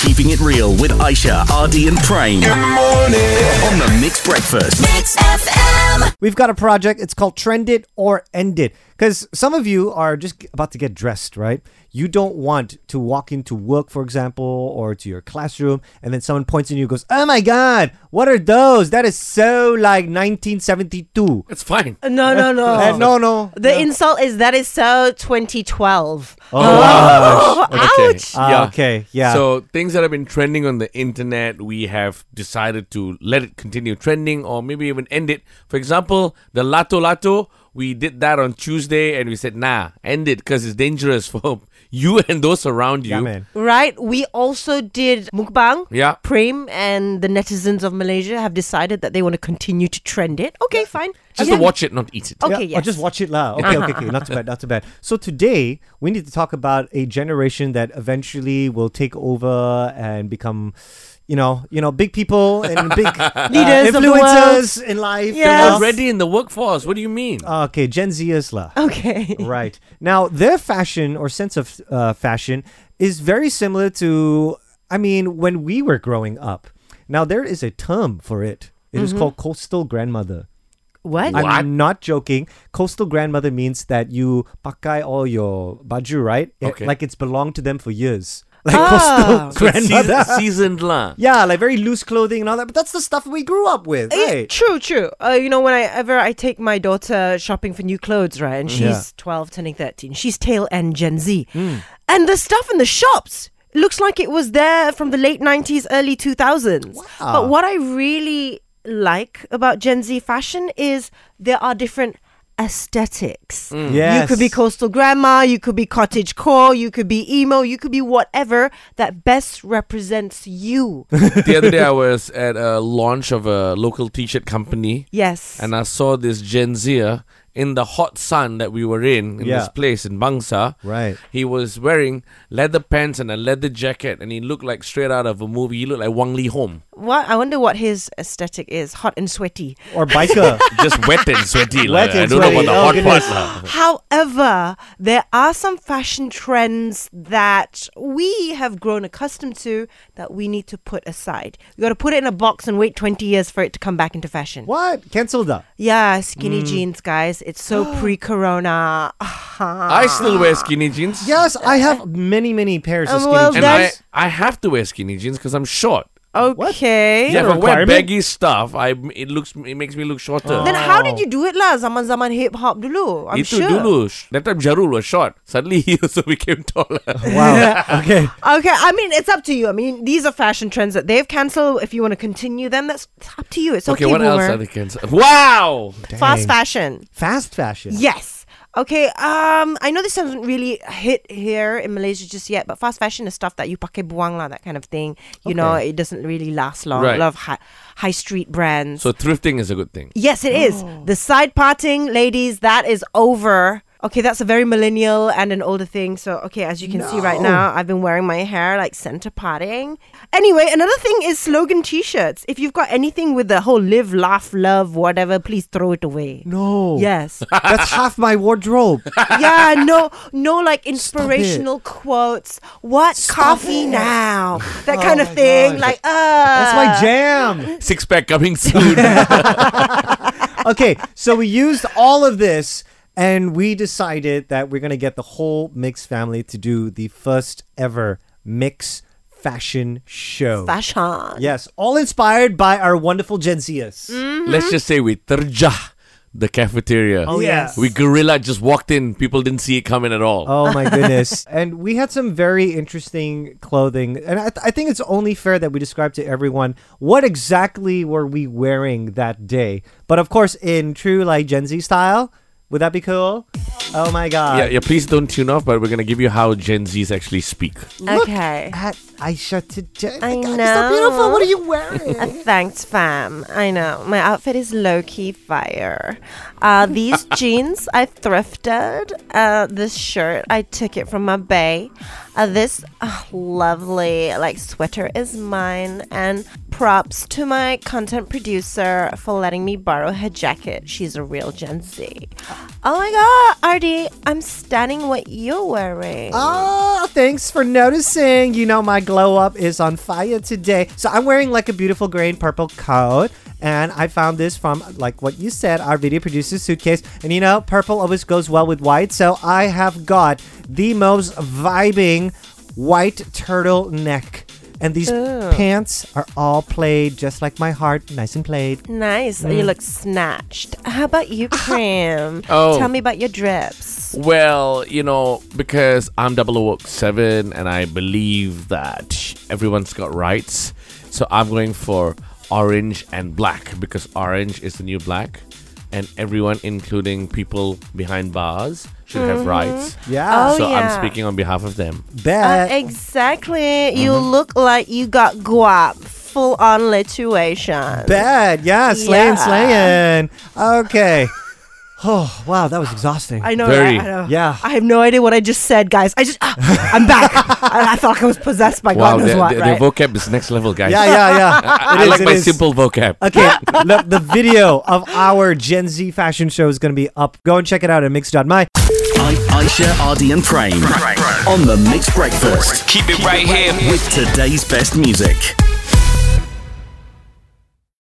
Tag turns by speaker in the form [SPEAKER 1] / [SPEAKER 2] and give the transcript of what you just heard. [SPEAKER 1] Keeping It Real with Aisha, Ardy, and Prane. Good morning. On the Mixed Breakfast.
[SPEAKER 2] Mix FM.
[SPEAKER 3] We've got a project. It's called Trend It or End It. Because some of you are just about to get dressed, right? You don't want to walk into work, for example, or to your classroom, and then someone points at you and goes, Oh my God, what are those? That is so like 1972.
[SPEAKER 4] It's fine.
[SPEAKER 5] No, no, no.
[SPEAKER 3] And no, no.
[SPEAKER 5] The insult is that is so 2012.
[SPEAKER 4] Oh,
[SPEAKER 5] ouch.
[SPEAKER 3] Ah, okay, yeah.
[SPEAKER 4] So things that have been trending on the internet, we have decided to let it continue trending, or maybe even end it. For example, the lato lato. We did that on Tuesday, and we said, "Nah, end it, because it's dangerous for you and those around you."
[SPEAKER 3] Yeah, man.
[SPEAKER 5] Right? We also did mukbang.
[SPEAKER 4] Yeah.
[SPEAKER 5] Prem and the netizens of Malaysia have decided that they want to continue to trend it. Okay, fine.
[SPEAKER 4] Just
[SPEAKER 5] Yeah.
[SPEAKER 4] to watch it, not eat it.
[SPEAKER 5] Okay,
[SPEAKER 3] yeah, or
[SPEAKER 5] yes. Uh-huh.
[SPEAKER 3] just watch it lah. Okay, okay, okay. Not too bad, not too bad. So today we need to talk about a generation that eventually will take over and become, you know, you know, big people and big uh,
[SPEAKER 5] Leaders of the world.
[SPEAKER 3] influencers in life. you
[SPEAKER 5] Yes.
[SPEAKER 3] know.
[SPEAKER 4] Already in the workforce. What do you mean?
[SPEAKER 3] Ah, Okay, Gen Zers lah.
[SPEAKER 5] Oh. Okay.
[SPEAKER 3] right now, their fashion or sense of uh, fashion is very similar to, I mean, when we were growing up. Now there is a term for it. It
[SPEAKER 5] Mm-hmm.
[SPEAKER 3] is called coastal grandmother.
[SPEAKER 5] What?
[SPEAKER 4] What?
[SPEAKER 3] I'm not joking. Coastal grandmother means that you pakai all your baju, right? It-
[SPEAKER 4] Okay.
[SPEAKER 3] like it's belonged to them for years. Like
[SPEAKER 5] Ah.
[SPEAKER 3] coastal
[SPEAKER 4] So it's
[SPEAKER 3] grandmother.
[SPEAKER 4] season- seasoned lah.
[SPEAKER 3] yeah, like very loose clothing and all that. But that's the stuff we grew up with,
[SPEAKER 5] Yeah,
[SPEAKER 3] right?
[SPEAKER 5] True, true. Uh, you know, whenever I take my daughter shopping for new clothes, right, and
[SPEAKER 3] Mm.
[SPEAKER 5] she's
[SPEAKER 3] Yeah. Mm.
[SPEAKER 5] 12, turning 13, she's tail end Gen Z. And the stuff in the shops looks like it was there from the late 90s, early 2000s. But what I really like about Gen Z fashion is there are different aesthetics.
[SPEAKER 4] Mm.
[SPEAKER 5] You could be
[SPEAKER 3] Mm. Yes.
[SPEAKER 5] coastal grandma, you could be cottage core, you could be emo, you could be whatever that best represents you.
[SPEAKER 4] the other day I was at a launch of a local t-shirt company
[SPEAKER 5] yes.
[SPEAKER 4] and I saw this Gen Zer in the hot sun that we were in in
[SPEAKER 3] Yeah.
[SPEAKER 4] this place in Bangsa.
[SPEAKER 3] Right.
[SPEAKER 4] He was wearing leather pants and a leather jacket and he looked like straight out of a movie. He looked like Wang Lee Home.
[SPEAKER 5] What I wonder what his aesthetic is. Hot and sweaty.
[SPEAKER 3] Or biker.
[SPEAKER 4] Just wet and sweaty. lah.
[SPEAKER 3] Wet and
[SPEAKER 4] I don't know
[SPEAKER 3] sweaty. Oh,
[SPEAKER 4] about the hot
[SPEAKER 3] goodness.
[SPEAKER 4] part. lah.
[SPEAKER 5] However, there are some fashion trends that we have grown accustomed to that we need to put aside. You got to put it in a box and wait 20 years for it to come back into fashion.
[SPEAKER 3] what? Cancel that.
[SPEAKER 5] Yeah,
[SPEAKER 4] Mm.
[SPEAKER 5] skinny jeans, guys. It's so pre-corona.
[SPEAKER 3] Ah.
[SPEAKER 4] I still wear skinny jeans.
[SPEAKER 3] Yes, I have many, many pairs of
[SPEAKER 5] Um,
[SPEAKER 3] skinny
[SPEAKER 5] well,
[SPEAKER 3] jeans.
[SPEAKER 4] And I,
[SPEAKER 5] That's-
[SPEAKER 4] I have to wear skinny jeans because I'm short.
[SPEAKER 5] Okay.
[SPEAKER 4] Yeah, if I wear
[SPEAKER 3] requirement? Oh.
[SPEAKER 4] baggy stuff, I it looks it makes me look shorter.
[SPEAKER 5] Then how did you do it lah? Zaman zaman hip hop dulu. I'm
[SPEAKER 4] Itu
[SPEAKER 5] sure.
[SPEAKER 4] dulu sh- That time Jarul was short Suddenly he also became taller
[SPEAKER 3] Wow. okay.
[SPEAKER 5] Okay, I mean it's up to you. I mean these are fashion trends that they've cancelled. If you want to continue them, that's it's up to you. It's okay.
[SPEAKER 4] Okay, what else
[SPEAKER 5] boomer.
[SPEAKER 4] are they cancel? Wow
[SPEAKER 5] Fast
[SPEAKER 3] Dang.
[SPEAKER 5] fashion.
[SPEAKER 3] Fast fashion.
[SPEAKER 5] Yes. Okay. Um, I know this hasn't really hit here in Malaysia just yet, but fast fashion is stuff that you pakai buang lah, that kind of thing. You know, it doesn't really last long.
[SPEAKER 4] Right.
[SPEAKER 5] A lot of high, high street brands.
[SPEAKER 4] So Oh. thrifting is a good thing
[SPEAKER 5] yes, it is. The side parting, ladies, that is over. Okay, that's a very millennial and an older thing. So, okay, as you can see right now, I've been wearing my hair like center parting. Anyway, another thing is slogan t shirts. If you've got anything with the whole live, laugh, love, whatever, please throw it away.
[SPEAKER 3] No.
[SPEAKER 5] Yes.
[SPEAKER 3] That's half my wardrobe.
[SPEAKER 5] yeah, no, no, like inspirational quotes. What coffee now? That kind of thing. Like, uh,
[SPEAKER 3] That's my jam.
[SPEAKER 4] Six pack coming soon
[SPEAKER 3] Mm-hmm. okay, so we used all of this and we decided that we're going to get the whole Mix family to do the first ever Mix fashion show.
[SPEAKER 5] fashion.
[SPEAKER 3] Yes, all inspired by our wonderful Gen Zers.
[SPEAKER 4] Let's just say we terjah The cafeteria
[SPEAKER 3] Oh, yes.
[SPEAKER 4] We gorilla just walked in People didn't see it coming at all
[SPEAKER 3] Oh my goodness. and we had some very interesting clothing. And I, th- I think it's only fair that we describe to everyone what exactly were we wearing that day. But of course, in true like Gen Z style, would that be cool? Oh my God.
[SPEAKER 4] Yeah, yeah, please don't tune off But we're gonna give you how Gen Zs actually speak
[SPEAKER 5] Okay.
[SPEAKER 3] at Aisha today.
[SPEAKER 5] I
[SPEAKER 3] God,
[SPEAKER 5] know.
[SPEAKER 3] are you wearing?
[SPEAKER 5] Uh, thanks, fam. I know. My outfit is low key fire. Uh, these jeans I thrifted. Uh, this shirt I took it from my bay. Uh, this uh, lovely like sweater is mine. And props to my content producer for letting me borrow her jacket. She's a real Gen Z. Oh my god, Artie, I'm stunning what you're wearing.
[SPEAKER 3] Oh, thanks for noticing. You know, my glow up is on fire today. So I'm wearing like a beautiful gray and purple coat. And I found this from, like what you said, our video producer's suitcase. And you know, purple always goes well with white. So I have got the most vibing white turtleneck. And these pants are all played just like my heart, nice and played.
[SPEAKER 5] Oh, Nice. You look snatched. How about you, Prim?
[SPEAKER 4] Oh.
[SPEAKER 5] Tell me about your drips.
[SPEAKER 4] Well, you know, because I'm 007 and I believe that everyone's got rights. So I'm going for orange and black because orange is the new black. And everyone, including people behind bars, should have
[SPEAKER 3] Mm-hmm.
[SPEAKER 4] rights.
[SPEAKER 3] Yeah.
[SPEAKER 5] Oh,
[SPEAKER 4] so
[SPEAKER 5] yeah.
[SPEAKER 4] I'm speaking on behalf of them.
[SPEAKER 5] Uh,
[SPEAKER 3] Bet.
[SPEAKER 5] exactly. You
[SPEAKER 4] Mm-hmm.
[SPEAKER 5] look like you got guap. Full on lituation.
[SPEAKER 3] Bet. Yeah. Slaying,
[SPEAKER 5] Yeah.
[SPEAKER 3] slaying. Okay. Oh, wow. That was exhausting.
[SPEAKER 5] I know.
[SPEAKER 4] Very.
[SPEAKER 5] Right? I know.
[SPEAKER 3] Yeah.
[SPEAKER 5] I have no idea what I just said, guys. I just, ah, I'm back. I, I felt like I was possessed by
[SPEAKER 4] Wow,
[SPEAKER 5] God knows
[SPEAKER 4] their,
[SPEAKER 5] what,
[SPEAKER 4] their- their
[SPEAKER 5] right?
[SPEAKER 4] vocab is next level, guys.
[SPEAKER 3] Yeah, yeah, yeah.
[SPEAKER 4] I
[SPEAKER 3] It is,
[SPEAKER 4] like
[SPEAKER 3] it
[SPEAKER 4] my
[SPEAKER 3] is.
[SPEAKER 4] simple vocab.
[SPEAKER 3] Okay, the, the video of our Gen Z fashion show is going to be up. Go and check it out at
[SPEAKER 1] I-
[SPEAKER 3] mix.my.
[SPEAKER 1] Aisha, Ardy, and Prane on the Mixed Breakfast
[SPEAKER 2] Keep it right here.
[SPEAKER 1] with today's best music.